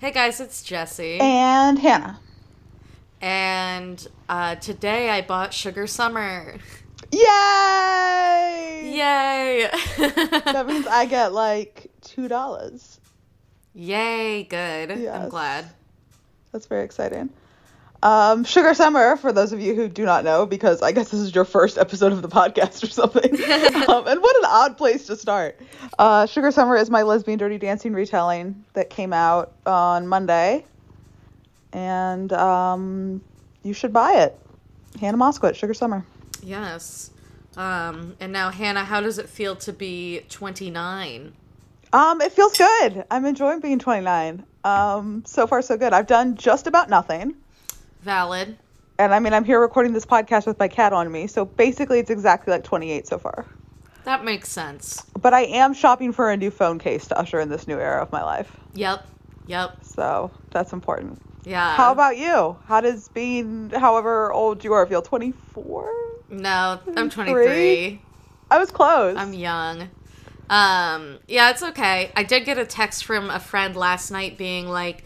Hey guys, it's Jesse. And Hannah. And uh, today I bought Sugar Summer. Yay! Yay! That means I get like two dollars. Yay, good. I'm Yes. glad. That's very exciting. Um, Sugar Summer, for those of you who do not know, because I guess this is your first episode of the podcast or something. um, and what an odd place to start. Uh, Sugar Summer is my lesbian dirty dancing retelling that came out on Monday. And um, you should buy it. Hannah Moskowitz, Sugar Summer. Yes. Um, and now, Hannah, how does it feel to be 29? Um, it feels good. I'm enjoying being 29. Um, so far so good. I've done just about nothing. Valid. And I mean, I'm here recording this podcast with my cat on me. So basically it's exactly like 28 so far. That makes sense. But I am shopping for a new phone case to usher in this new era of my life. Yep. Yep. So that's important. Yeah. How about you? How does being however old you are feel? 24? No, I'm 23. Three? I was close. I'm young. Um, yeah, it's okay. I did get a text from a friend last night being like,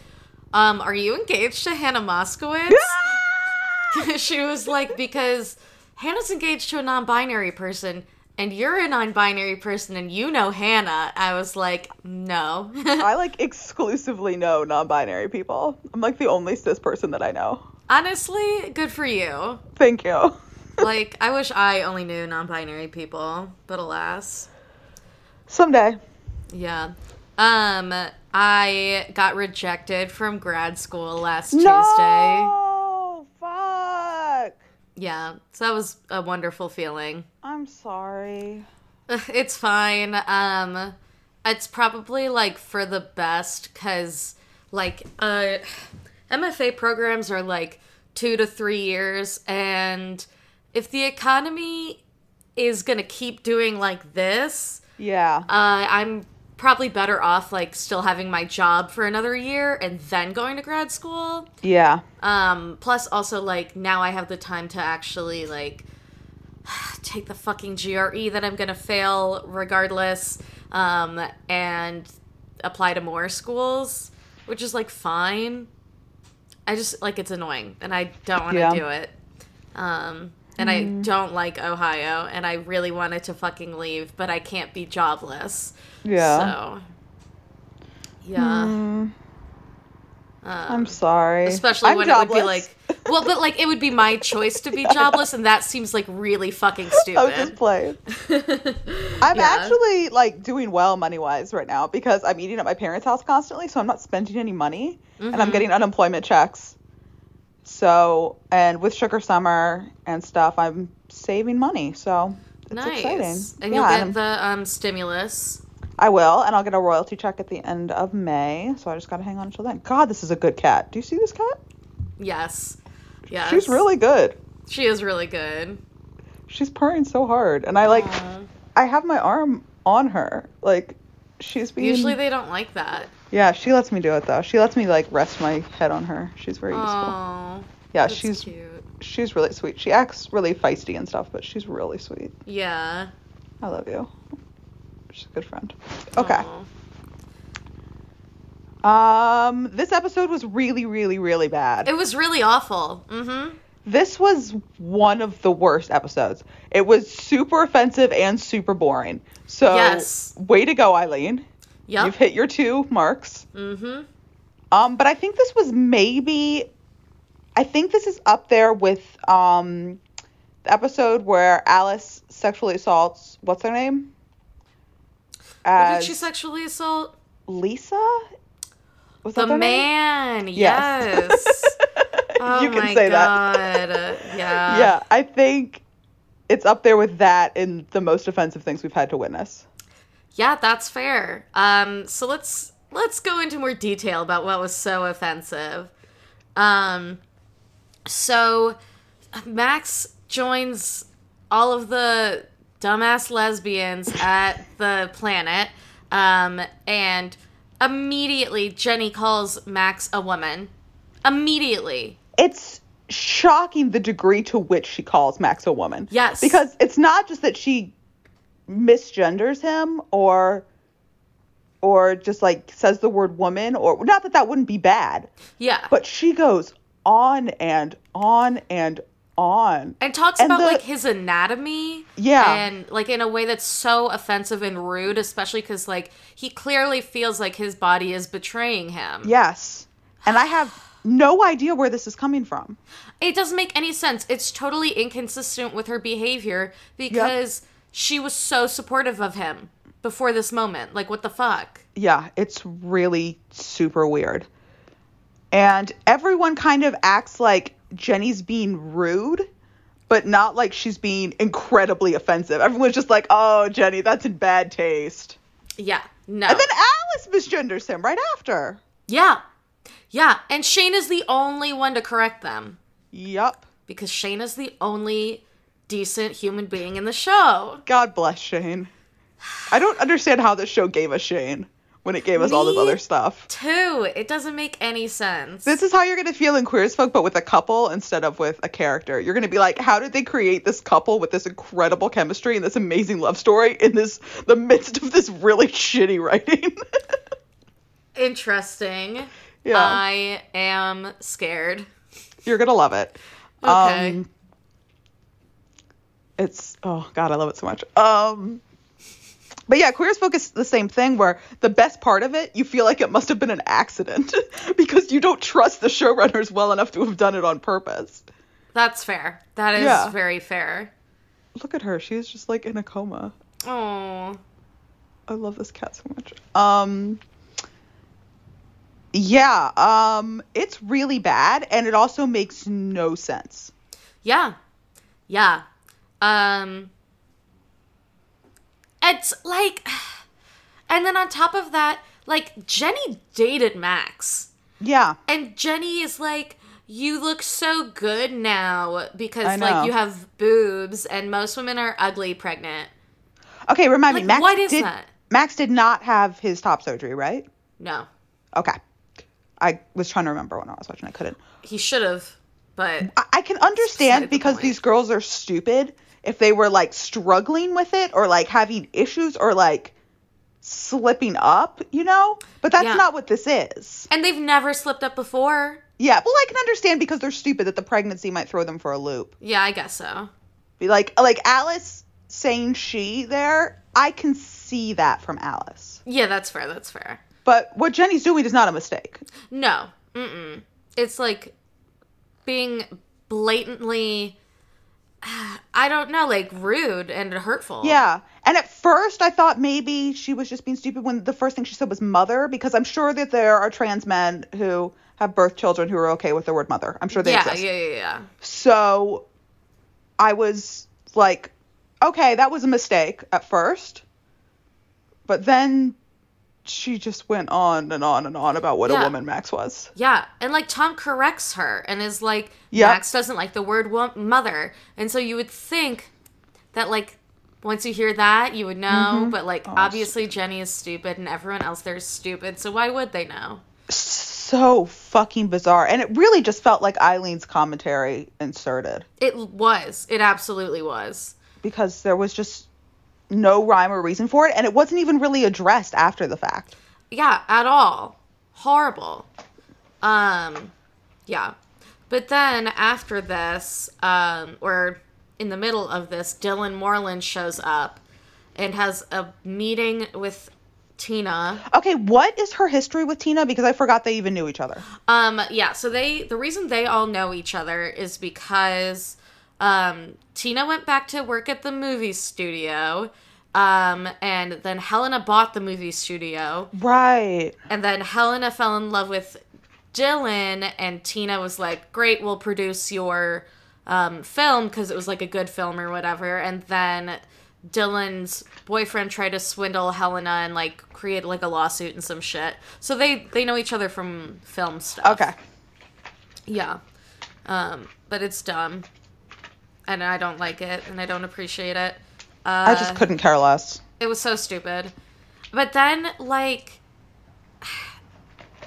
um, are you engaged to Hannah Moskowitz? she was like, because Hannah's engaged to a non binary person and you're a non binary person and you know Hannah. I was like, no. I like exclusively know non binary people. I'm like the only cis person that I know. Honestly, good for you. Thank you. Like, I wish I only knew non binary people, but alas. Someday. Yeah. Um, I got rejected from grad school last Tuesday. No, fuck. Yeah, so that was a wonderful feeling. I'm sorry. Ugh, It's fine. Um, it's probably like for the best because like uh, MFA programs are like two to three years, and if the economy is gonna keep doing like this, Yeah. uh, I'm probably better off like still having my job for another year and then going to grad school. Yeah. Um, plus also like now I have the time to actually like take the fucking GRE that I'm gonna fail regardless, um, and apply to more schools, which is like fine. I just like it's annoying and I don't want to Yeah. do it. Um, and I don't like Ohio and I really wanted to fucking leave, but I can't be jobless. Yeah. So uh, yeah. Mm, Um, I'm sorry. especially I'm when it would be jobless. like well but like it would be my choice to be jobless and that seems like really fucking I was just stupid playing. I'm Yeah. actually like doing well money wise right now because I'm eating at my parents' house constantly, so I'm not spending any money, and I'm Mhm. getting unemployment checks. So, and with Sugar Summer and stuff, I'm saving money. So it's nice exciting. and Yeah, you'll I'm- get the um stimulus I will, and I'll get a royalty check at the end of May. So I just gotta hang on until then. God, this is a good cat. Do you see this cat? yes yes She's really good. she is really good She's purring so hard, and I like. Aw. I have my arm on her. Like, she's being. usually they don't like that Yeah, she lets me do it though. She lets me like rest my head on her. She's very useful. oh Yeah, that's she's cute she's really sweet. She acts really feisty and stuff, but she's really sweet. yeah I love you. She's a good friend. Okay. Aw. Um, this episode was really, really, really bad. it was really awful mm-hmm this was one of the worst episodes. It was super offensive and super boring. So, Yes. way to go, Eileen. You've yep hit your two marks. mm-hmm Um, but I think this was maybe, I think this is up there with um, the episode where Alice sexually assaults what's her name? Who did she As sexually assault Lisa? Was the their name? man Yes. yes. Oh you can my say God. that. yeah. yeah, I think it's up there with that and the most offensive things we've had to witness. Yeah, that's fair. Um, so let's let's go into more detail about what was so offensive. Um, so Max joins all of the dumbass lesbians at the planet, um, and immediately Jenny calls Max a woman. Immediately, it's shocking the degree to which she calls Max a woman. Yes. Because it's not just that she misgenders him or or just like says the word woman or not that that wouldn't be bad, Yeah. but she goes on and on and on. and talks and about the- like his anatomy. Yeah. And like in a way that's so offensive and rude, especially because like he clearly feels like his body is betraying him. Yes. And I have no idea where this is coming from. It doesn't make any sense. It's totally inconsistent with her behavior because she was so supportive of him before this moment. Like, what the fuck? Yeah, it's really super weird. And everyone kind of acts like Jenny's being rude, but not like she's being incredibly offensive. Everyone's just like, oh, Jenny, that's in bad taste. Yeah. No. And then Alice misgenders him right after. yeah. Yeah. And Shane is the only one to correct them Yup. because Shane is the only decent human being in the show. God bless Shane. I don't understand how this show gave us Shane when it gave us all this Me other stuff. Two. It doesn't make any sense. This is how you're gonna feel in Queer as Folk, but with a couple instead of with a character. You're gonna be like, how did they create this couple with this incredible chemistry and this amazing love story in this the midst of this really shitty writing? Interesting. yeah, I am scared. you're gonna love it. Okay. Um, it's oh god, I love it so much. Um, but yeah, Queer as Folk is the same thing where the best part of it, you feel like it must have been an accident because you don't trust the showrunners well enough to have done it on purpose. That's fair. That is Yeah. very fair. Look at her. She's just like in a coma. Oh. I love this cat so much. Um Yeah, um it's really bad and it also makes no sense. Yeah. Yeah. Um It's like and then on top of that, like Jenny dated Max. Yeah. And Jenny is like you look so good now I because know. like you have boobs and most women are ugly pregnant. Okay, remind Like, me. Max what is did that? Max did not have his top surgery, right? No. Okay. I was trying to remember when I was watching. I couldn't. He should have, but I, I beside can the understand because point. these girls are stupid if they were like struggling with it or like having issues or like slipping up, you know? But that's Yeah. not what this is. and they've never slipped up before. Yeah, well, I can understand because they're stupid that the pregnancy might throw them for a loop. Yeah, I guess so. Be Like, like Alice saying she there, I can see that from Alice. Yeah, that's fair. That's fair. But what Jenny's doing is not a mistake. No. Mm-mm. It's like being blatantly I don't know, like rude and hurtful. Yeah. And at first, I thought maybe she was just being stupid when the first thing she said was mother, because I'm sure that there are trans men who have birth children who are okay with the word mother. I'm sure they Yeah, exist. yeah, yeah, yeah. So I was like, okay, that was a mistake at first. But then she just went on and on and on about what Yeah. a woman Max was. Yeah, and like Tom corrects her and is like Yeah. Max doesn't like the word wo- mother. And so you would think that like once you hear that, you would know, Mm-hmm. but like Oh, obviously Jenny is stupid and everyone else there is stupid. So why would they know? So fucking bizarre. And it really just felt like Eileen's commentary inserted It was. It absolutely was. because there was just no rhyme or reason for it. And it wasn't even really addressed after the fact. yeah at all horrible um yeah but then after this um or in the middle of this dylan moreland shows up and has a meeting with tina Okay, what is her history with Tina? Because I forgot they even knew each other. um yeah so they the reason they all know each other is because um tina went back to work at the movie studio um and then helena bought the movie studio Right. And then Helena fell in love with Dylan, and Tina was like, "Great, we'll produce your um, film because it was like a good film or whatever." And then Dylan's boyfriend tried to swindle Helena and like create like a lawsuit and some shit. So they they know each other from film stuff. Okay. Yeah, um, but it's dumb, and I don't like it, and I don't appreciate it. Uh, I just couldn't care less. it was so stupid. But then, like,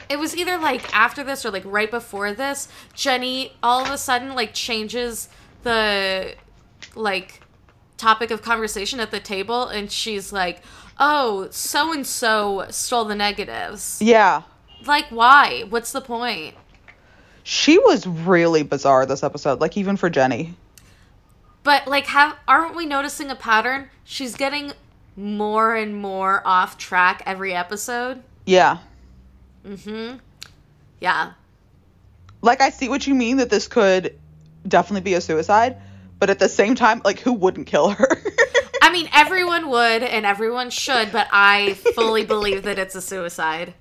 it was either like after this or like right before this, Jenny all of a sudden like changes the like topic of conversation at the table, and she's like, "Oh, so and so stole the negatives. Yeah. Like, why? What's the point?" She was really bizarre this episode, like even for Jenny. But like, have aren't we noticing a pattern? She's getting more and more off track every episode. Yeah. Mm-hmm. Yeah. Like I see what you mean that this could definitely be a suicide, but at the same time, like who wouldn't kill her? I mean, everyone would and everyone should, but I fully believe that it's a suicide.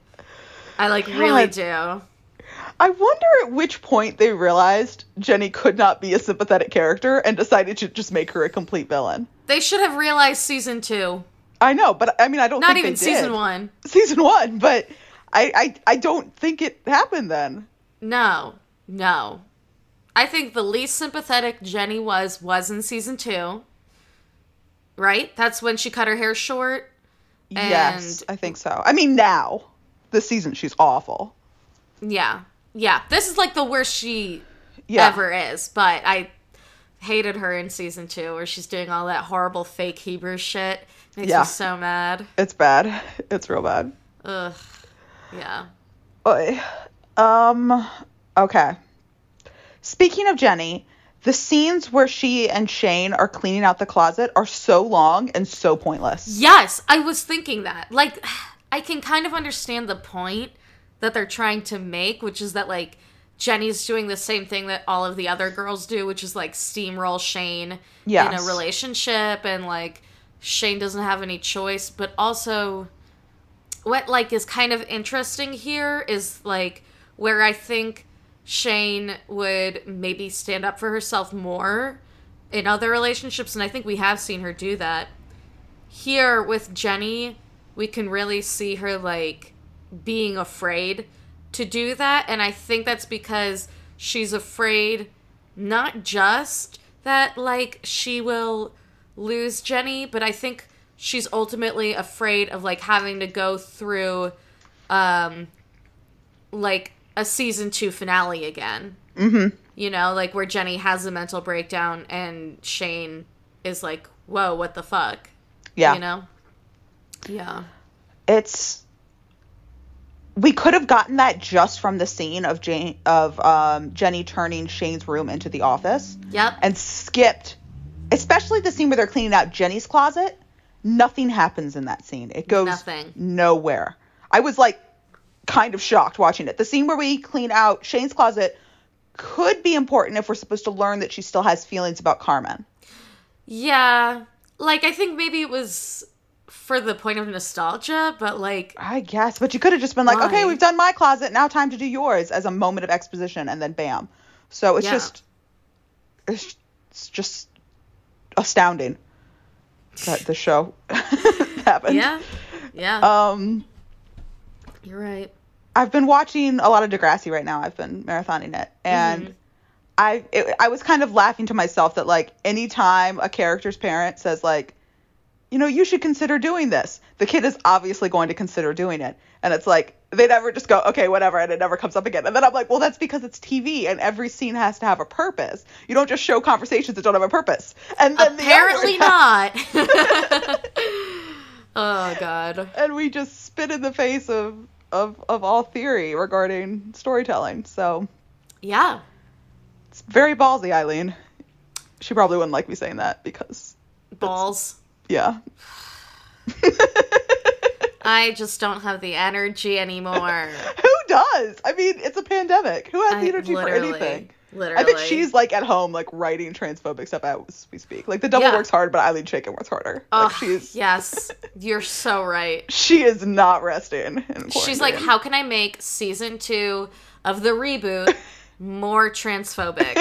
I like really do. I wonder at which point they realized Jenny could not be a sympathetic character and decided to just make her a complete villain. They should have realized season two, I know, but I mean I don't not think even they season did. one. Season one, but I, I I don't think it happened then. No, no. I think the least sympathetic Jenny was was in season two. Right? That's when she cut her hair short. yes, I think so. I mean now. This season she's awful. Yeah. Yeah. This is like the worst she Yeah. ever is, but I hated her in season two where she's doing all that horrible fake Hebrew shit. Makes Yeah. me so mad. It's bad. It's real bad. Ugh. Yeah. Oy. Um. Okay. Speaking of Jenny, the scenes where she and Shane are cleaning out the closet are so long and so pointless. Yes, I was thinking that. Like, I can kind of understand the point that they're trying to make, which is that, like, Jenny's doing the same thing that all of the other girls do, which is, like, steamroll Shane in Yes. a relationship, and, like, Shane doesn't have any choice. But also, what, like, is kind of interesting here is, like, where I think Shane would maybe stand up for herself more in other relationships, and I think we have seen her do that here with Jenny, we can really see her like being afraid to do that. And I think that's because she's afraid not just that like she will lose Jenny, but I think she's ultimately afraid of like having to go through um like a season 2 finale again. Mm-hmm. You know, like where Jenny has a mental breakdown and Shane is like, "Whoa, what the fuck?" Yeah. You know? Yeah. It's. We could have gotten that just from the scene of Jane of um, Jenny turning Shane's room into the office Yep. and skipped, especially the scene where they're cleaning out Jenny's closet. Nothing happens in that scene. It goes Nothing. nowhere. I was like kind of shocked watching it. The scene where we clean out Shane's closet could be important if we're supposed to learn that she still has feelings about Carmen. yeah. Like, I think maybe it was for the point of nostalgia, but like, I guess, but you could have just been like, okay, Why? we've done my closet, now time to do yours as a moment of exposition, and then bam. So it's Yeah. just, it's, it's just astounding that the show happened. yeah. Yeah. Um, you're right. I've been watching a lot of Degrassi right now. I've been marathoning it, and Mm-hmm. I it, I was kind of laughing to myself that like anytime a character's parent says like, you know, you should consider doing this, the kid is obviously going to consider doing it, and it's like they never just go okay whatever, and it never comes up again. And then I'm like, well, that's because it's TV, and every scene has to have a purpose. You don't just show conversations that don't have a purpose. And then the other Apparently half- not. oh, God. and we just spit in the face of of of all theory regarding storytelling. So. Yeah. It's very ballsy, Eileen. She probably wouldn't like me saying that because, Balls. yeah. I just don't have the energy anymore. Who does? I mean, it's a pandemic. Who has I the energy for literally- anything? Literally. I bet she's like at home, like writing transphobic stuff as we speak. Like the double Yeah. works hard, but Eileen Shaken works harder. Ugh, like she's yes, you're so right. she is not resting. in She's like, quarantine. how can I make season two of the reboot more transphobic?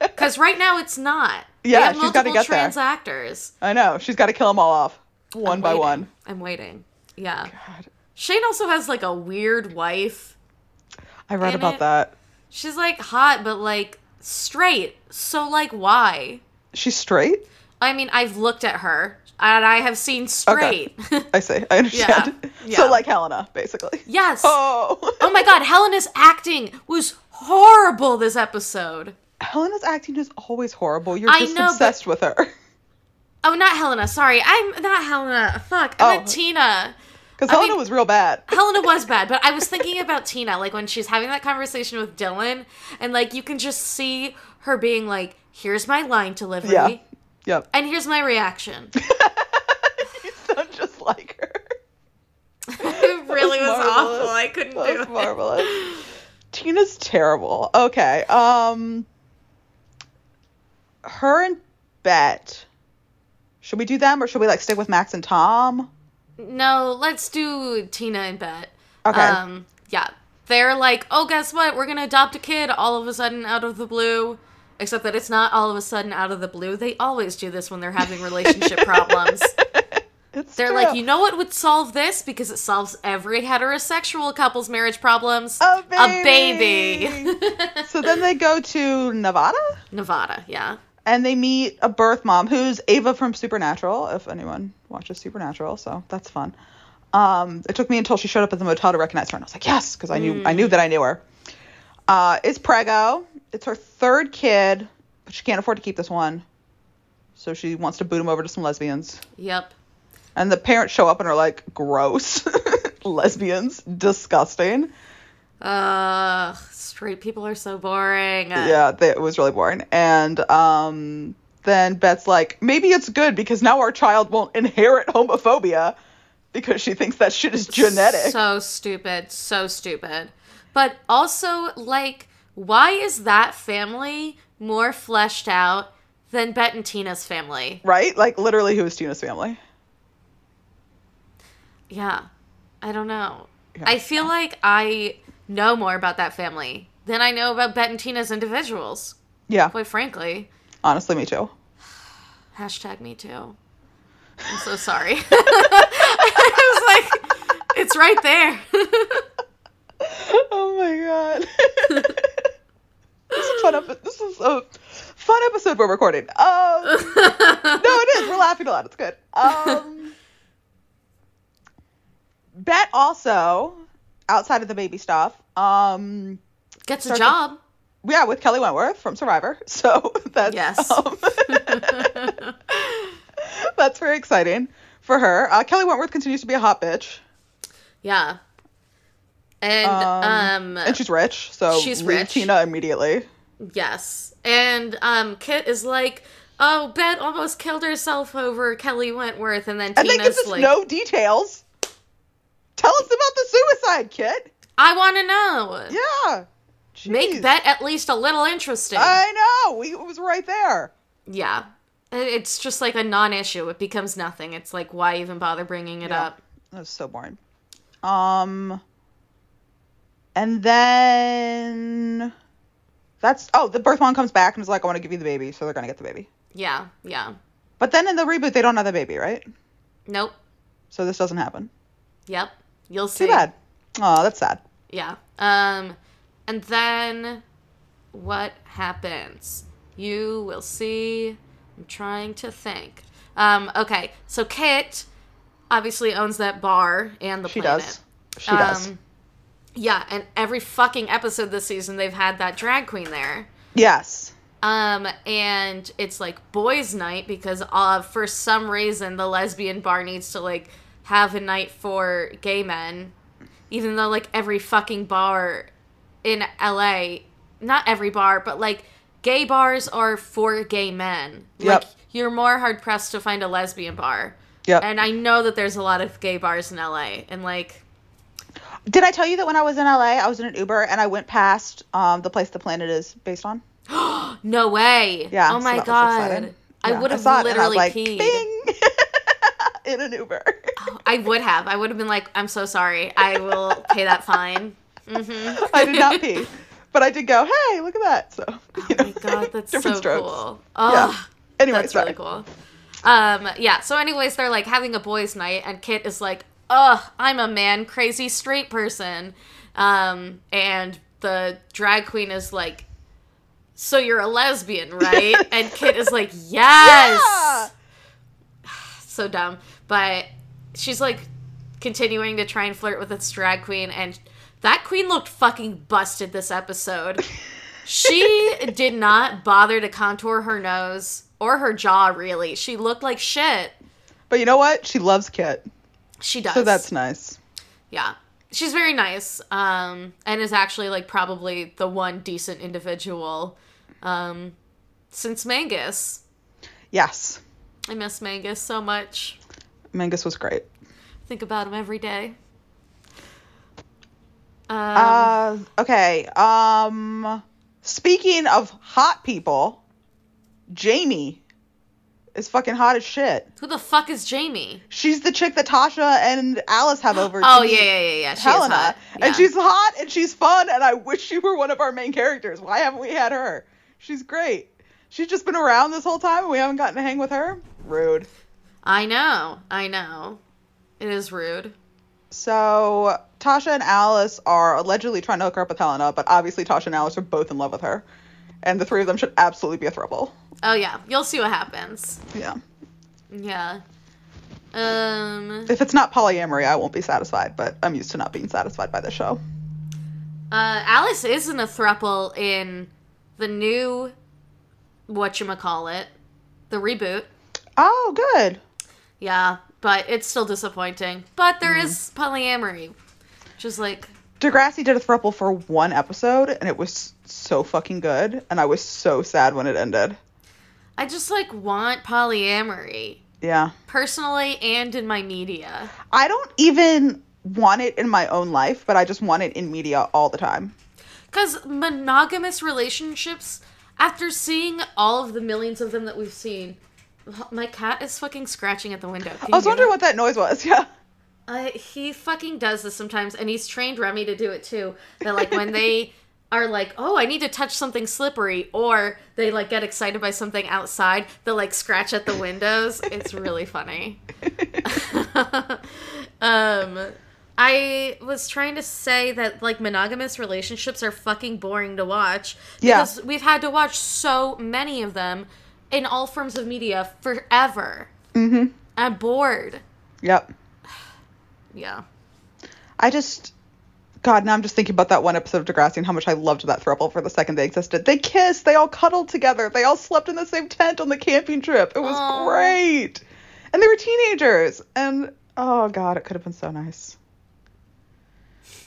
Because right now it's not. They Yeah, have she's gotta multiple get there. trans actors. I know she's got to kill them all off one by Waiting. one. I'm waiting. Yeah. God, Shane also has like a weird wife. I read And about it- that. She's like hot, but like straight. So like, why? She's straight. I mean, I've looked at her and I have seen straight. I say, I understand. Yeah. So like Helena, basically. yes. Oh. Oh my god, Helena's acting was horrible this episode. Helena's acting is always horrible. You're I just know, but- obsessed with her. Oh, not Helena. Sorry, I'm not Helena. Fuck, I meant Oh. Tina. Because I Helena mean- was real bad. Helena was bad, but I was thinking about Tina, like when she's having that conversation with Dylan, and like you can just see her being like, "Here's my line delivery, Yeah. Yep. and here's my reaction." you sound just like her. it really was, marvelous. awful. I couldn't That do was it. marvelous. Tina's terrible. Okay. Um her and Bet. Should we do them or should we like stick with Max and Tom? No, let's do Tina and Bet. Okay. Um, yeah. They're like, oh, guess what? We're going to adopt a kid all of a sudden out of the blue. Except that it's not all of a sudden out of the blue. They always do this when they're having relationship problems. It's They're true. like, you know what would solve this? Because it solves every heterosexual couple's marriage problems. A baby. so then they go to Nevada Nevada, yeah. and they meet a birth mom who's Ava from Supernatural, if anyone watches Supernatural, so that's fun. Um, it took me until she showed up at the motel to recognize her, and I was like, yes, because I knew I knew that I knew her. Uh, it's Prego. It's her third kid, but she can't afford to keep this one, so she wants to boot him over to some lesbians. Yep. And the parents show up and are like, gross, lesbians, disgusting. Ugh, straight people are so boring. yeah, they, it was really boring. And um, then Bet's like, maybe it's good because now our child won't inherit homophobia because she thinks that shit is genetic. So stupid, so stupid. But also, like, why is that family more fleshed out than Bet and Tina's family? right? Like, literally, who is Tina's family? Yeah, I don't know. Yeah. I feel like I know more about that family than I know about Bet and Tina's individuals. Yeah, Quite frankly, honestly, me too. hashtag me too. I'm so sorry. I was like, it's right there. oh my god. this is a fun epi- This is a fun episode we're recording. Um, no, it is. We're laughing a lot. It's good. Um, Bet also, outside of the baby stuff, um, Gets a Start the- job. yeah, with Kelly Wentworth from Survivor. So that's Yes. um, that's very exciting for her. Uh, Kelly Wentworth continues to be a hot bitch, Yeah. And um, Um, and she's rich. So She's leave rich. Tina immediately. yes. And um Kit is like, "Oh, Bet almost killed herself over Kelly Wentworth." And then And they Tina's give us like, no details. Tell us about the suicide kit. "I want to know. Yeah. Make Jeez. Bet at least a little interesting." I know. We, it was right there. yeah. It- It's just like a non-issue. It becomes nothing. It's like why even bother bringing it Yeah. up? That was so boring. Um, and then that's oh, the birth mom comes back and is like, "I want to give you the baby," so they're gonna get the baby. Yeah. Yeah. But then in the reboot, they don't have the baby, right? Nope. So this doesn't happen. Yep. You'll see. Too bad. Oh, that's sad. Yeah. Um and then what happens? You will see. I'm trying to think. Um okay. So Kit obviously owns that bar and the She planet. Um, does. She does. yeah, and every fucking episode this season they've had that drag queen there. Yes. Um, and it's like boys' night because uh, for some reason the lesbian bar needs to like have a night for gay men, even though like every fucking bar in LA, not every bar, but like gay bars are for gay men. Yep. Like you're more hard pressed to find a lesbian bar. Yep. And I know that there's a lot of gay bars in LA, and like Did I tell you that when I was in LA, I was in an Uber and I went past um the place the planet is based on? no way. Yeah. Oh so my that was god. exciting. I Yeah, would have saw it and I was literally like, peed. Bing! in an Uber. I would have. I would have been like, I'm so sorry. I will pay that fine. Mm-hmm. I did not pee, but I did go. Hey, look at that! So, you Oh my god, that's so different strokes. cool. Yeah. Oh, Anyway, that's sorry. really cool. Um, yeah. So, anyways, they're like having a boys' night, and Kit is like, "Ugh, I'm a man, crazy straight person," um, and the drag queen is like, "So you're a lesbian, right?" and Kit is like, "Yes." Yeah! so dumb. But she's like continuing to try and flirt with this drag queen, and that queen looked fucking busted this episode. she did not bother to contour her nose or her jaw really. She looked like shit. But you know what? She loves Kit. She does. So that's nice. yeah. She's very nice. Um and is actually like probably the one decent individual um since Mangus. Yes. I miss Mangus so much. Mangus was great. Think about him every day. Um, Uh, okay. Um, speaking of hot people, Jamie is fucking hot as shit. who the fuck is Jamie? She's the chick that Tasha and Alice have over. to Oh meet yeah, yeah, yeah, yeah. She is Helena, hot. Yeah. and she's hot and she's fun, and I wish she were one of our main characters. Why haven't we had her? She's great. She's just been around this whole time, and we haven't gotten to hang with her. Rude. I know, I know. It is rude. So Tasha and Alice are allegedly trying to hook her up with Helena, but obviously Tasha and Alice are both in love with her, and the three of them should absolutely be a throuple. Oh yeah, you'll see what happens. Yeah. Yeah. Um. If it's not polyamory, I won't be satisfied, but I'm used to not being satisfied by this show. Uh, Alice is in a thruple in the new whatchamacallit, the reboot. Oh, good. Yeah, but it's still disappointing. But there Mm-hmm. is polyamory, which is like Degrassi did a thruple for one episode, and it was so fucking good, and I was so sad when it ended. I just like want polyamory Yeah. personally and in my media. I don't even want it in my own life, but I just want it in media all the time. Because monogamous relationships, after seeing all of the millions of them that we've seen, my cat is fucking scratching at the window. Can I you was hear wondering that? what that noise was. Yeah. I, he fucking does this sometimes, and he's trained Remy to do it too. That like when they are like, "Oh, I need to touch something slippery," or they like get excited by something outside, they'll like scratch at the windows. It's really funny. um, I was trying to say that like monogamous relationships are fucking boring to watch Yeah. because we've had to watch so many of them in all forms of media forever. hmm I'm bored. Yep. Yeah. I just, God, now I'm just thinking about that one episode of Degrassi and how much I loved that throuple for the second they existed. They kissed, they all cuddled together, they all slept in the same tent on the camping trip. It was Aw. great. And they were teenagers. And oh, God, it could have been so nice.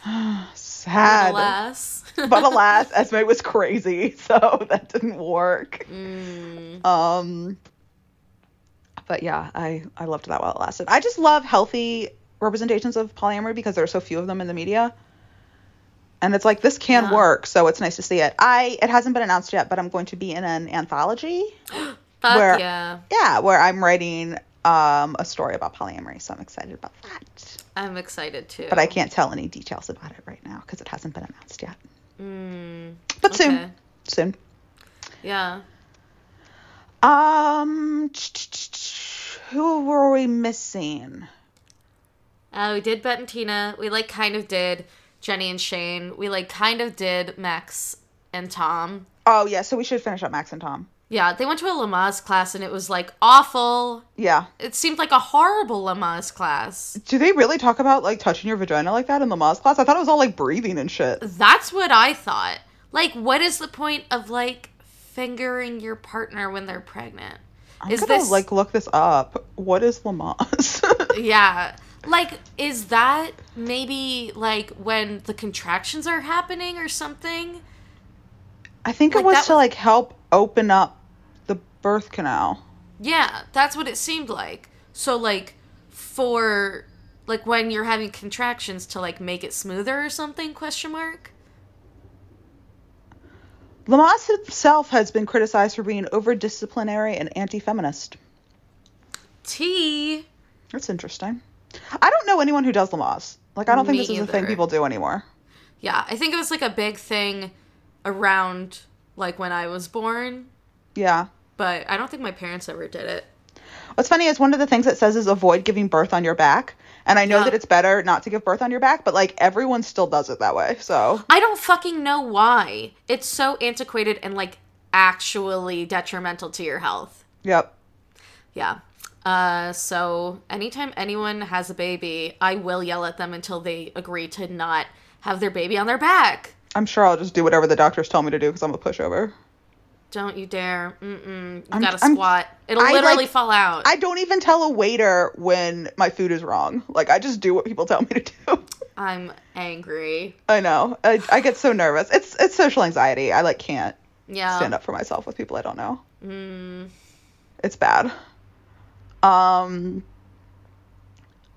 Sad. Alas. but alas, Esme was crazy, so that didn't work. Mm. Um, but yeah, I I loved that while it lasted. I just love healthy representations of polyamory because there are so few of them in the media, and it's like this can Yeah. work, so it's nice to see it. I it hasn't been announced yet, but I'm going to be in an anthology. Fuck Where- yeah. Yeah, where I'm writing um a story about polyamory, so I'm excited about that. I'm excited too. But I can't tell any details about it right now because it hasn't been announced yet. Mm. But Okay. soon, soon. Yeah. Um, who were we missing? Uh, we did Bet and Tina. We like kind of did Jenny and Shane. We like kind of did Max and Tom. Oh yeah, so we should finish up Max and Tom. Yeah, they went to a Lamaze class and it was like awful. Yeah. It seemed like a horrible Lamaze class. Do they really talk about like touching your vagina like that in the Moz class? I thought it was all like breathing and shit. That's what I thought. Like, what is the point of like fingering your partner when they're pregnant? I'm is gonna this like look this up. What is Lamaze? Yeah. Like, is that maybe like when the contractions are happening or something? I think Like, it was that to was- like help open up the birth canal. Yeah, that's what it seemed like. So, like, for like when you're having contractions to like make it smoother or something? Question mark. Lamaze himself has been criticized for being over disciplinary and anti feminist. T. That's interesting. I don't know anyone who does Lamaze. Like I don't think Me this is a thing either. people do anymore. Yeah, I think it was like a big thing around like when I was born, Yeah. but I don't think my parents ever did it. What's funny is one of the things it says is avoid giving birth on your back. And I know Yeah. that it's better not to give birth on your back, but like everyone still does it that way. So I don't fucking know why. It's so antiquated and like actually detrimental to your health. yep. Yeah. Uh, so anytime anyone has a baby, I will yell at them until they agree to not have their baby on their back. I'm sure I'll just do whatever the doctors tell me to do because I'm a pushover. Don't you dare. Mm-mm. You I'm- gotta I'm- squat. It'll I, literally like- fall out. I don't even tell a waiter when my food is wrong. Like I just do what people tell me to do. I'm angry. I know. I, I get so nervous. It's it's social anxiety. I like can't Yeah. stand up for myself with people I don't know. Mm, It's bad. Um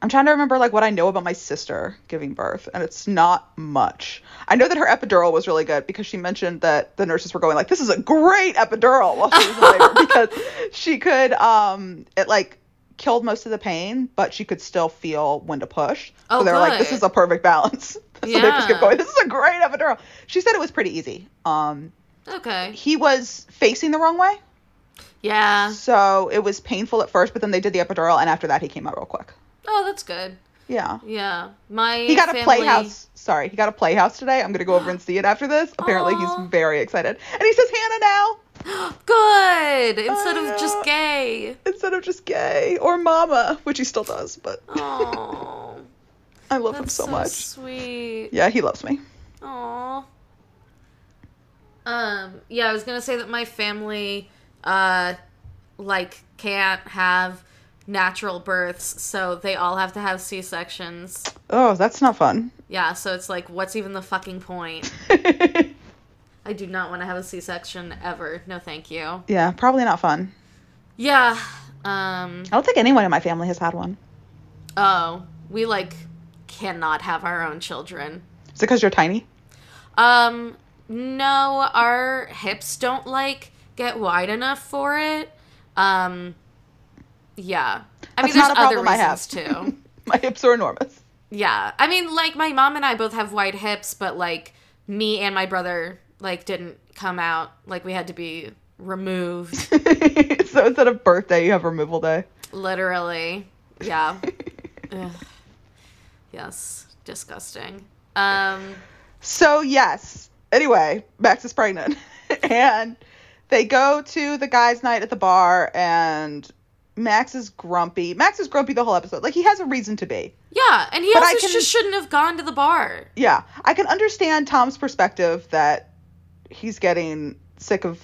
I'm trying to remember like what I know about my sister giving birth and it's not much. I know that her epidural was really good because she mentioned that the nurses were going like this is a great epidural while she was in labor because she could um it like killed most of the pain but she could still feel when to push. Oh, so they were like this good. is a perfect balance. so they just Yeah. kept going this is a great epidural. She said it was pretty easy. Um okay. he was facing the wrong way. Yeah. So it was painful at first, but then they did the epidural, and after that, he came out real quick. Oh, that's good. Yeah. Yeah. My He got a family- playhouse. Sorry, he got a playhouse today. I'm gonna go over and see it after this. Apparently, Aw. he's very excited, and he says Hannah now Good. Instead of know. just gay. instead of just gay or Mama, which he still does. But Oh. I love him that's so, so, much. sweet. Yeah, he loves me. Aw. Um, yeah, I was gonna say that my family, uh, like, can't have natural births, so they all have to have C sections. Oh, that's not fun. Yeah, so it's like, what's even the fucking point? I do not want to have a C section ever. No, thank you. yeah, probably not fun. Yeah. Um. I don't think anyone in my family has had one. Oh, we like cannot have our own children. Is it because you're tiny? Um, no, our hips don't like get wide enough for it. Um, yeah. I mean, That's not there's a other problem I have. reasons too. my hips are enormous. Yeah. I mean, like my mom and I both have wide hips, but like me and my brother like didn't come out. Like we had to be removed, so instead of birthday, you have removal day. literally. Yeah. Ugh. Yes. Disgusting. Um, So yes. Anyway, Max is pregnant, and they go to the guys' night at the bar, and Max is grumpy. Max is grumpy the whole episode. Like he has a reason to be. yeah. And he But I also can- just shouldn't have gone to the bar. Yeah, I can understand Tom's perspective that he's getting sick of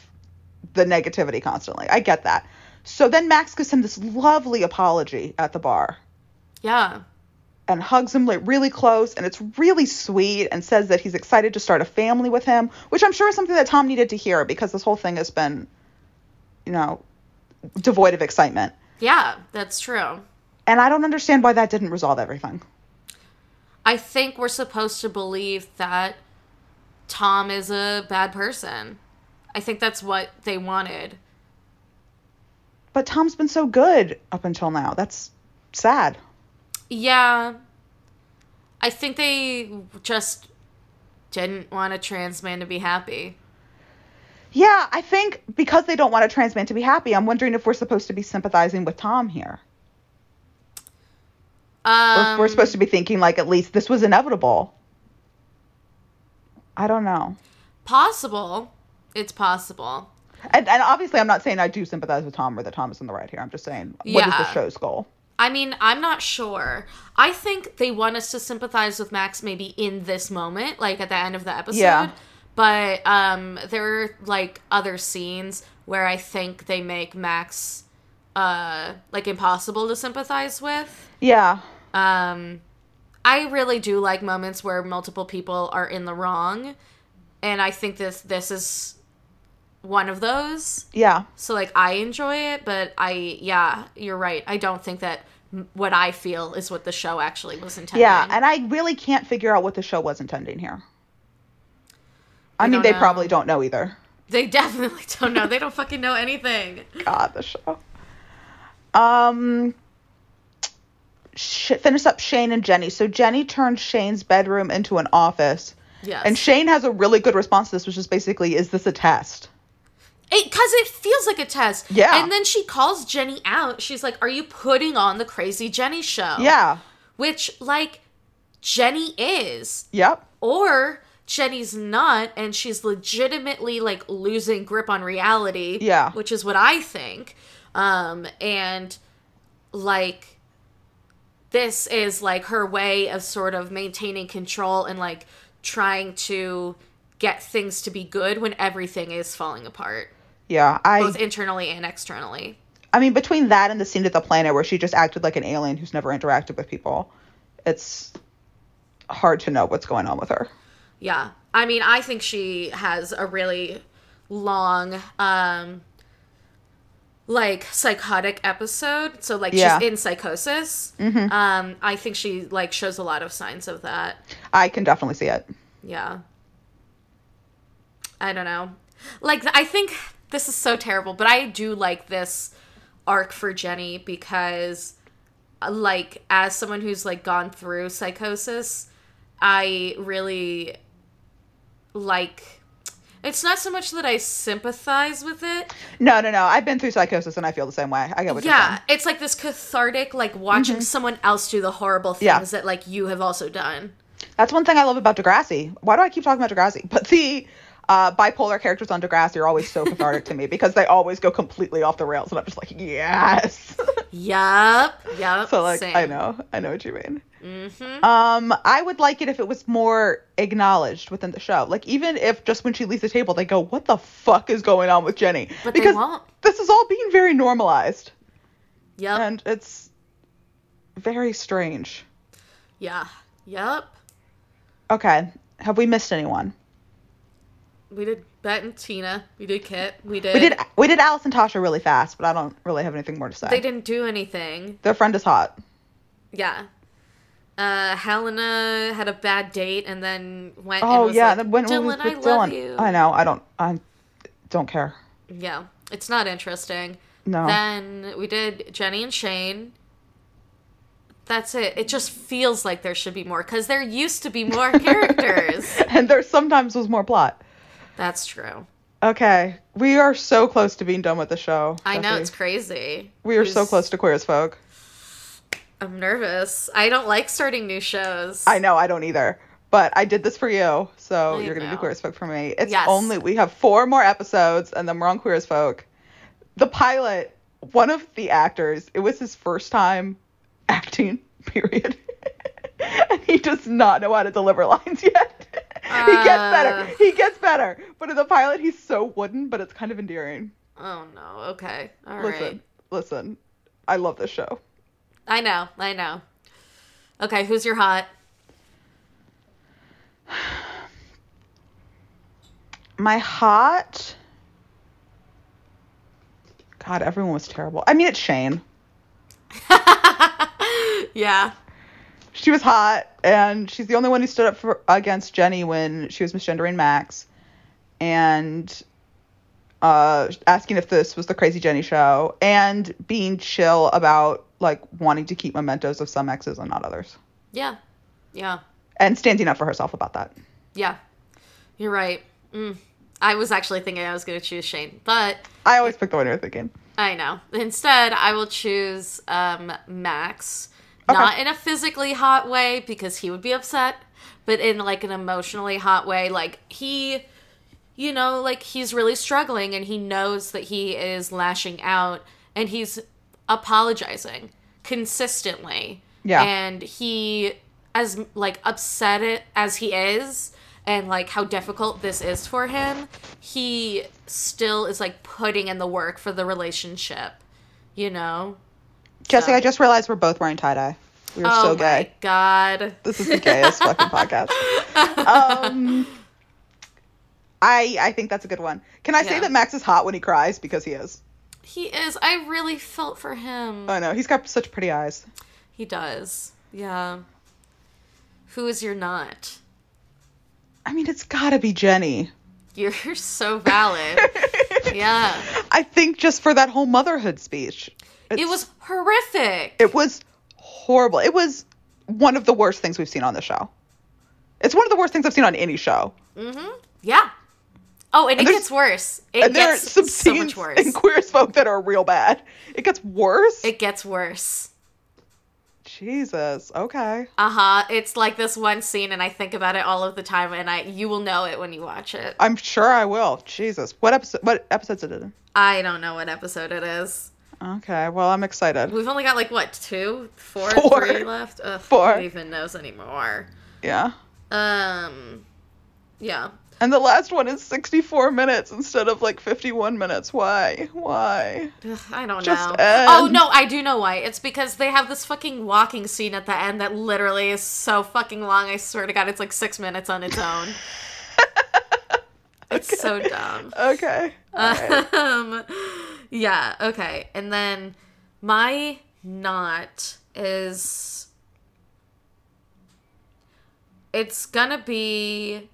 the negativity constantly. I get that. So then Max gives him this lovely apology at the bar. Yeah. and hugs him like really close and it's really sweet and says that he's excited to start a family with him which i'm sure is something that tom needed to hear because this whole thing has been you know devoid of excitement Yeah, that's true. and i don't understand why that didn't resolve everything I think we're supposed to believe that Tom is a bad person. I think that's what they wanted. but tom's been so good up until now that's sad Yeah. I think they just didn't want a trans man to be happy. yeah i think because they don't want a trans man to be happy i'm wondering if we're supposed to be sympathizing with tom here Or if Um, we're supposed to be thinking like at least this was inevitable i don't know possible. It's possible. And, and obviously, I'm not saying I do sympathize with Tom or that Tom is in the right here. I'm just saying, what is Yeah. the show's goal? I mean, I'm not sure. I think they want us to sympathize with Max maybe in this moment, like at the end of the episode. Yeah. But um there are like other scenes where I think they make Max uh like impossible to sympathize with. Yeah. Um I really do like moments where multiple people are in the wrong, and I think this this is one of those. Yeah. So like I enjoy it, but I yeah, you're right. I don't think that m- what I feel is what the show actually was intending. Yeah. And I really can't figure out what the show was intending here. I, I mean, don't they know. probably don't know either. they definitely don't know. They don't fucking know anything. God, the show. Um, sh- finish up Shane and Jenny. So Jenny turned Shane's bedroom into an office. Yes. And Shane has a really good response to this, which is basically, is this a test? it cuz it feels like a test. Yeah. And then she calls Jenny out. She's like, "Are you putting on the crazy Jenny show?" Yeah. Which like Jenny is Yep. or Jenny's not and she's legitimately like losing grip on reality. Yeah. Which is what I think. Um and like this is like her way of sort of maintaining control and like trying to get things to be good when everything is falling apart. Yeah, both I internally and externally. I mean between that and the scene at the planet where she just acted like an alien who's never interacted with people, it's hard to know what's going on with her. Yeah. I mean, I think she has a really long um like psychotic episode. So like Yeah. she's in psychosis. Um I think she like shows a lot of signs of that. I can definitely see it. Yeah. I don't know. Like th- I think this is so terrible, but I do like this arc for Jenny because uh, like as someone who's like gone through psychosis, I really like it's not so much that I sympathize with it. No, no, no. I've been through psychosis and I feel the same way. I get what you're Yeah, saying. it's like this cathartic like watching someone else do the horrible things Mm-hmm. Yeah. that like you have also done. That's one thing I love about Degrassi. Why do I keep talking about Degrassi? But the uh, bipolar characters on Degrassi are always so cathartic to me because they always go completely off the rails, and I'm just like, yes. Yup. Yup. so like, I same. know, I know what you mean. Mhm. Um, I would like it if it was more acknowledged within the show. Like even if just when she leaves the table, they go, "What the fuck is going on with Jenny?" But because they won't. this is all being very normalized, Yep. and it's very strange. yeah. Yep. Okay, have we missed anyone? We did Bet and Tina. We did Kit. We did. We did we did Alice and Tasha really fast, but I don't really have anything more to say. They didn't do anything. Their friend is hot. Yeah. Uh, Helena had a bad date and then went. and Oh was yeah, like, that- when, when we- Dylan, I with love Dylan. you. I know. I don't. I don't care. Yeah, it's not interesting. No. Then we did Jenny and Shane. That's it. It just feels like there should be more because there used to be more characters. and there sometimes was more plot. That's true. Okay, we are so close to being done with the show. I know Jesse. it's crazy. We are so Who's- close to queer as folk. I'm nervous. I don't like starting new shows. I know. I don't either. But I did this for you, so I you're gonna do know. queer as folk for me. It's Yes. only we have four more episodes, and then we're on queer as folk. The pilot, one of the actors, it was his first time acting. Period. and he does not know how to deliver lines yet. he gets better. Uh. He gets better. But in the pilot, he's so wooden, but it's kind of endearing. Oh no. Okay. All right. listen, listen. I love this show. I know. I know. Okay, who's your hot? My hot. God, everyone was terrible. I mean, it's Shane. yeah. She was hot, and she's the only one who stood up for against Jenny when she was misgendering Max, and uh, asking if this was the Crazy Jenny show, and being chill about like wanting to keep mementos of some exes and not others, Yeah. Yeah. and standing up for herself about that. Yeah. You're right. Mm. I was actually thinking I was going to choose Shane, but I always pick the winner thinking. I know. Instead, I will choose um, Max. Okay. Not in a physically hot way because he would be upset, but in like an emotionally hot way. Like he, you know, like he's really struggling and he knows that he is lashing out and he's apologizing consistently. Yeah. And he, as like upset it as he is and like how difficult this is for him, he still is like putting in the work for the relationship, you know? Jesse, So- I just realized we're both wearing tie dye. We are so gay. Oh my god. This is the gayest fucking podcast. Um, I I think that's a good one. Can I say Yeah. that Max is hot when he cries because he is? He is. I really felt for him. Oh no, he's got such pretty eyes. He does. Yeah. Who is your not? I mean, it's gotta be Jenny. You're so valid. yeah. I think just for that whole motherhood speech, It It's- was horrific. it was horrible. It was one of the worst things we've seen on the show. It's one of the worst things I've seen on any show. yeah. Oh, and, And it there's- gets worse. It And there are gets some so much scenes worse. in queer as folk that are real bad. It gets worse. It gets worse. Jesus. Okay. Uh-huh. It's like this one scene and I think about it all of the time and I you will know it when you watch it. I'm sure I will. Jesus. What episode? What episodes is it in? I don't know what episode it is. Okay. Well, I'm excited. We've only got like what, two, four, three Four. left? Ugh, Four. Who even knows anymore? Yeah. Um, yeah. And the last one is 64 minutes instead of like 51 minutes. Why? Why? Ugh, I don't Just know. end. Oh no, I do know why. It's because they have this fucking walking scene at the end that literally is so fucking long. I swear to God, it's like six minutes on its own. It's so dumb. Okay. Alright. Um, yeah, okay. And then my not is it's gonna be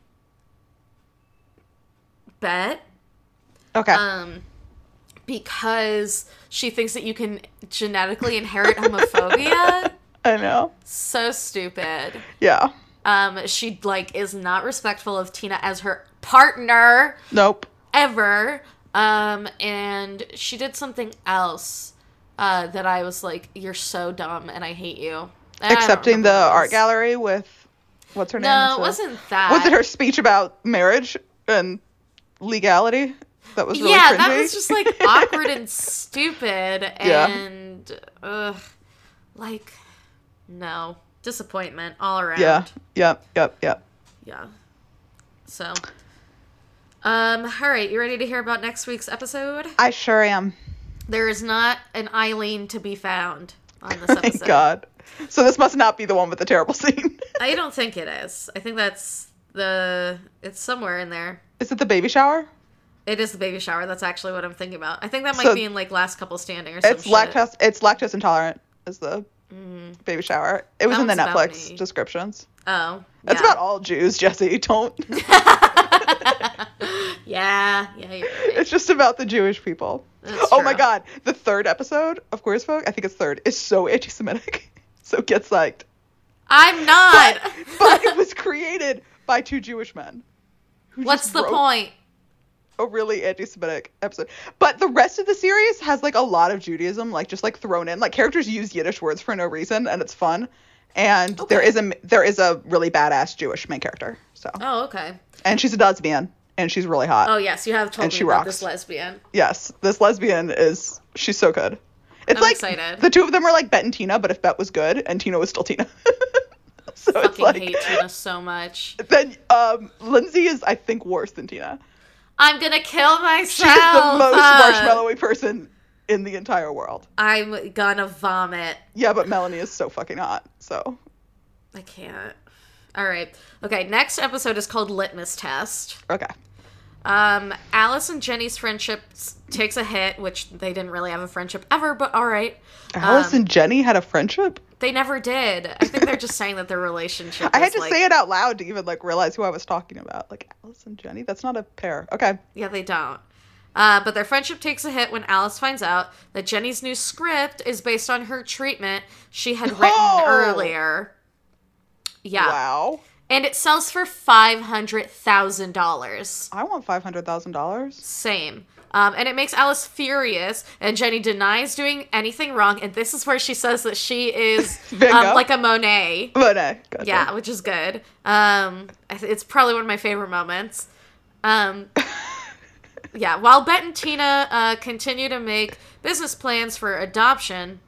bet Okay. um because she thinks that you can genetically inherit homophobia I know. so stupid Yeah. um she like is not respectful of tina as her partner Nope. ever. Um, and she did something else uh, that I was like, "You're so dumb, and I hate you." And I don't Accepting remember the what it was. art gallery with what's her name? No, It's it a- wasn't that. Was it her speech about marriage and legality? That was really yeah, cringy. that was just like awkward and stupid, Yeah. and ugh, like no disappointment all around. yeah. Yep. Yep. Yep. yeah. So, um, all right, you ready to hear about next week's episode? I sure am. There is not an Eileen to be found on this episode. Thank Oh God. So this must not be the one with the terrible scene. I don't think it is. I think that's the it's somewhere in there. Is it the baby shower? It is the baby shower. That's actually what I'm thinking about. I think that might So- be in like last couple standing or It's something. lactose. It's lactose intolerant. Is the Mm. baby shower? It was That in the one's about Netflix me. descriptions. Oh, That's yeah. about all Jews, Jesse. Don't. yeah, yeah, you're right. it's just about the Jewish people. That's oh my true. God! The third episode of Queer as Folk, I think it's third, is so anti-Semitic. so get psyched. I'm not. But it was created by two Jewish men. who What's just the wrote point? A really anti-Semitic episode. But the rest of the series has like a lot of Judaism, like just like thrown in. Like characters use Yiddish words for no reason, and it's fun. And there Okay. is a there is a really badass Jewish main character. So Oh, okay. and she's a lesbian, and she's really hot. Oh, yes, you have told And me she about rocks. this lesbian. Yes, this lesbian is she's so good. It's I'm like excited. the two of them are like Bet and Tina, but if Bet was good and Tina was still Tina, so it's Fucking like hate Tina so much. then um Lindsay is I think worse than Tina. I'm gonna kill myself. She's the most Uh, marshmallowy person in the entire world. I'm gonna vomit. Yeah, but Melanie is so fucking hot. So I can't. All right. Okay, next episode is called Litmus Test. okay, Um, Alice and Jenny's friendship s- takes a hit, which they didn't really have a friendship ever, but all right. Alice and Jenny had a friendship. They never did. I think they're just saying that their relationship I had is, to like, say it out loud to even like realize who I was talking about. Like Alice and Jenny, that's not a pair. Okay, Yeah, they don't. Uh, but their friendship takes a hit when Alice finds out that Jenny's new script is based on her treatment she had written Oh! earlier. Yeah. wow, And it sells for $500,000. I want five hundred thousand dollars. Same. Um, and it makes Alice furious, and Jenny denies doing anything wrong. And this is where she says that she is Bingo. um, like a Monet. But uh, gotcha. Yeah, which is good. Um, I th- it's probably one of my favorite moments. Um, yeah, while Bet and Tina uh, continue to make business plans for adoption.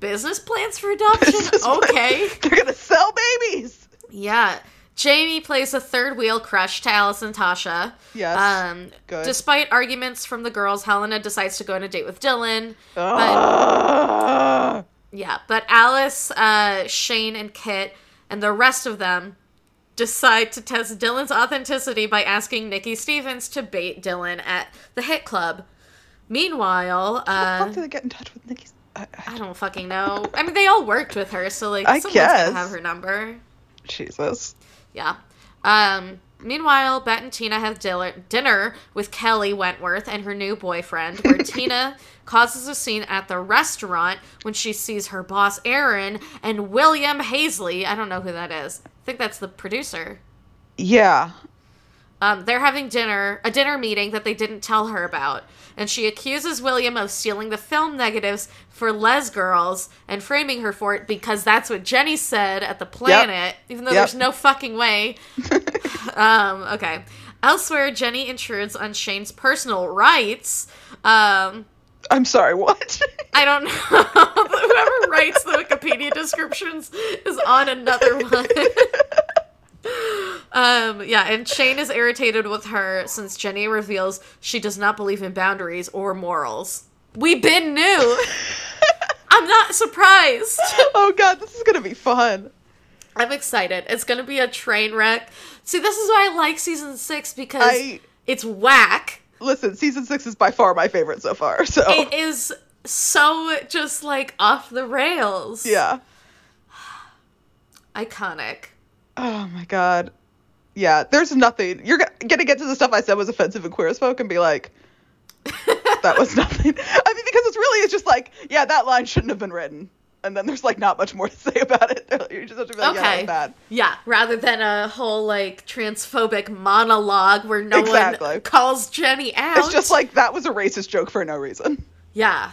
Business plans for adoption? This is what- okay. They're gonna sell babies. Yeah. Jamie plays a third wheel crush to Alice and Tasha. Yes. Um, Good. Despite arguments from the girls, Helena decides to go on a date with Dylan. Ugh. Yeah, but Alice, uh, Shane, and Kit, and the rest of them decide to test Dylan's authenticity by asking Nikki Stevens to bait Dylan at the Hit Club. Meanwhile, How the uh, fuck do they get in touch with Nikki's? I, I, I don't fucking know. I mean, they all worked with her, so like I someone's guess. gonna have her number. Jesus. Yeah. Um, meanwhile, Bet and Tina have dil- dinner with Kelly Wentworth and her new boyfriend, where Tina causes a scene at the restaurant when she sees her boss, Aaron, and William Hazley. I don't know who that is. I think that's the producer. Yeah. Um, they're having dinner, a dinner meeting that they didn't tell her about. And she accuses William of stealing the film negatives for Les Girls and framing her for it because that's what Jenny said at the planet, even though Yep. there's no fucking way. um, okay. Elsewhere, Jenny intrudes on Shane's personal rights. Um, I'm sorry. What? I don't know. Whoever writes the Wikipedia descriptions is on another one. Um, yeah, and Shane is irritated with her since Jenny reveals she does not believe in boundaries or morals. We been knew. I'm not surprised. oh god, this is gonna be fun. I'm excited. It's gonna be a train wreck. See, this is why I like season six because I- it's whack. Listen, season six is by far my favorite so far. So It is so just like off the rails. yeah. Iconic. Oh my god. Yeah, there's nothing. You're go- gonna get to the stuff I said was offensive and queer as folk and be like, that was nothing. I mean, because it's really it's just like, yeah, that line shouldn't have been written. And then there's like not much more to say about it. You just have to be like, yeah, that Okay. was bad. Yeah, rather than a whole like transphobic monologue where no Exactly. one calls Jenny out. It's just like that was a racist joke for no reason. yeah.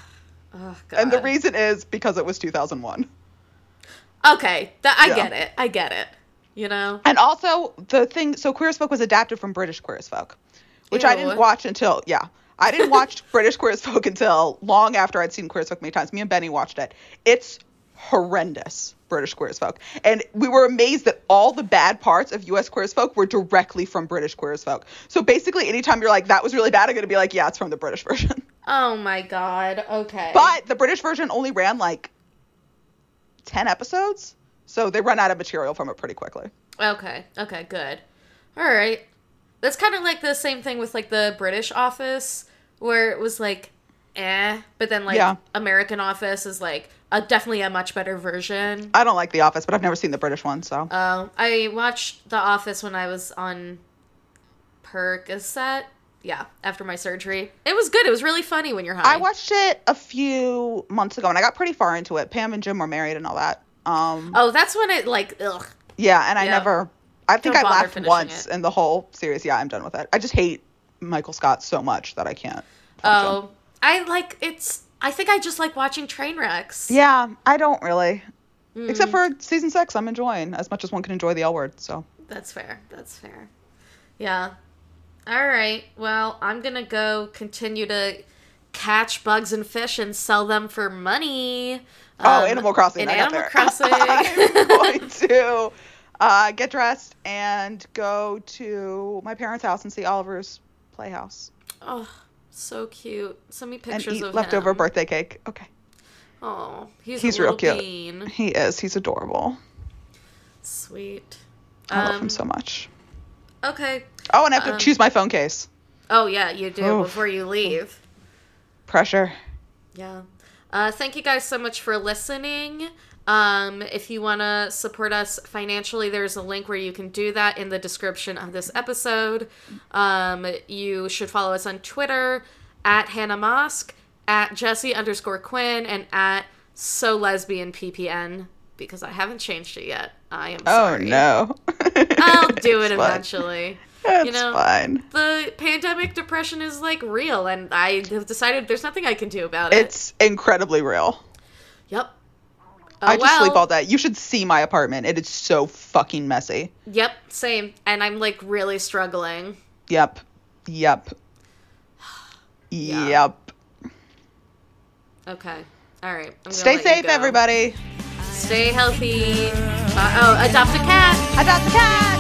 Oh, God. And the reason is because it was 2001. Okay, that I Yeah. get it. I get it. You know. And also the thing, so Queer as Folk was adapted from British Queer as Folk, which I didn't Ew. watch until yeah, I didn't watch British Queer as Folk until long after I'd seen Queer as Folk many times. Me and Benny watched it. It's horrendous, British Queer as Folk, and we were amazed that all the bad parts of U.S. Queer as Folk were directly from British Queer as Folk. So basically, anytime you're like that was really bad, I'm gonna be like yeah, it's from the British version. Oh my God. Okay. But the British version only ran like ten episodes, so they run out of material from it pretty quickly. Okay. Okay. Good. All right. That's kind of like the same thing with like the British Office, where it was like, eh, but then like Yeah. American Office is like a definitely a much better version. I don't like The Office, but I've never seen the British one, so. Um, I watched The Office when I was on Percocet. Yeah, after my surgery, it was good. It was really funny when you're high. I watched it a few months ago and I got pretty far into it. Pam and Jim were married and all that. Um, Oh, that's when it like ugh. yeah, and I yeah. never, I think Don't I bother laughed finishing once it. in the whole series. Yeah, I'm done with it. I just hate Michael Scott so much that I can't. function. Oh, I like it's. I think I just like watching train wrecks. Yeah, I don't really. Hmm. Except for season six, I'm enjoying as much as one can enjoy the L word. So That's fair. That's fair. Yeah. All right. Well, I'm going to go continue to catch bugs and fish and sell them for money. oh, Um, Animal Crossing. In I got Animal there. I'm Crossing. going to uh, get dressed and go to my parents' house and see Oliver's playhouse oh, so cute. Send me and pictures eat of leftover him. birthday cake. Okay. Oh, he's, He's a real little cute. bean. He is. He's adorable. Sweet. I love him Um, so much. Okay. Oh, and I have to um, choose my phone case. Oh, yeah, you do Oof. before you leave. Pressure. Yeah. Uh, thank you guys so much for listening. Um, if you want to support us financially, there's a link where you can do that in the description of this episode. Um, you should follow us on Twitter at Hannah Mosk, at Jesse underscore Quinn, and at So Lesbian PPN because I haven't changed it yet. I am Oh sorry. no. I'll do it It's fine. eventually. It's you know, fine. the pandemic depression is like real, and I have decided there's nothing I can do about it. It's incredibly real. Yep. I Oh, just sleep well. all day. You should see my apartment. It is so fucking messy. Yep, same. And I'm like really struggling. Yep. Yep. Yeah. Yep. Okay. All right. I'm gonna Stay let you safe, go. everybody. Stay healthy. Bye. Oh, adopt a cat. Adopt a cat.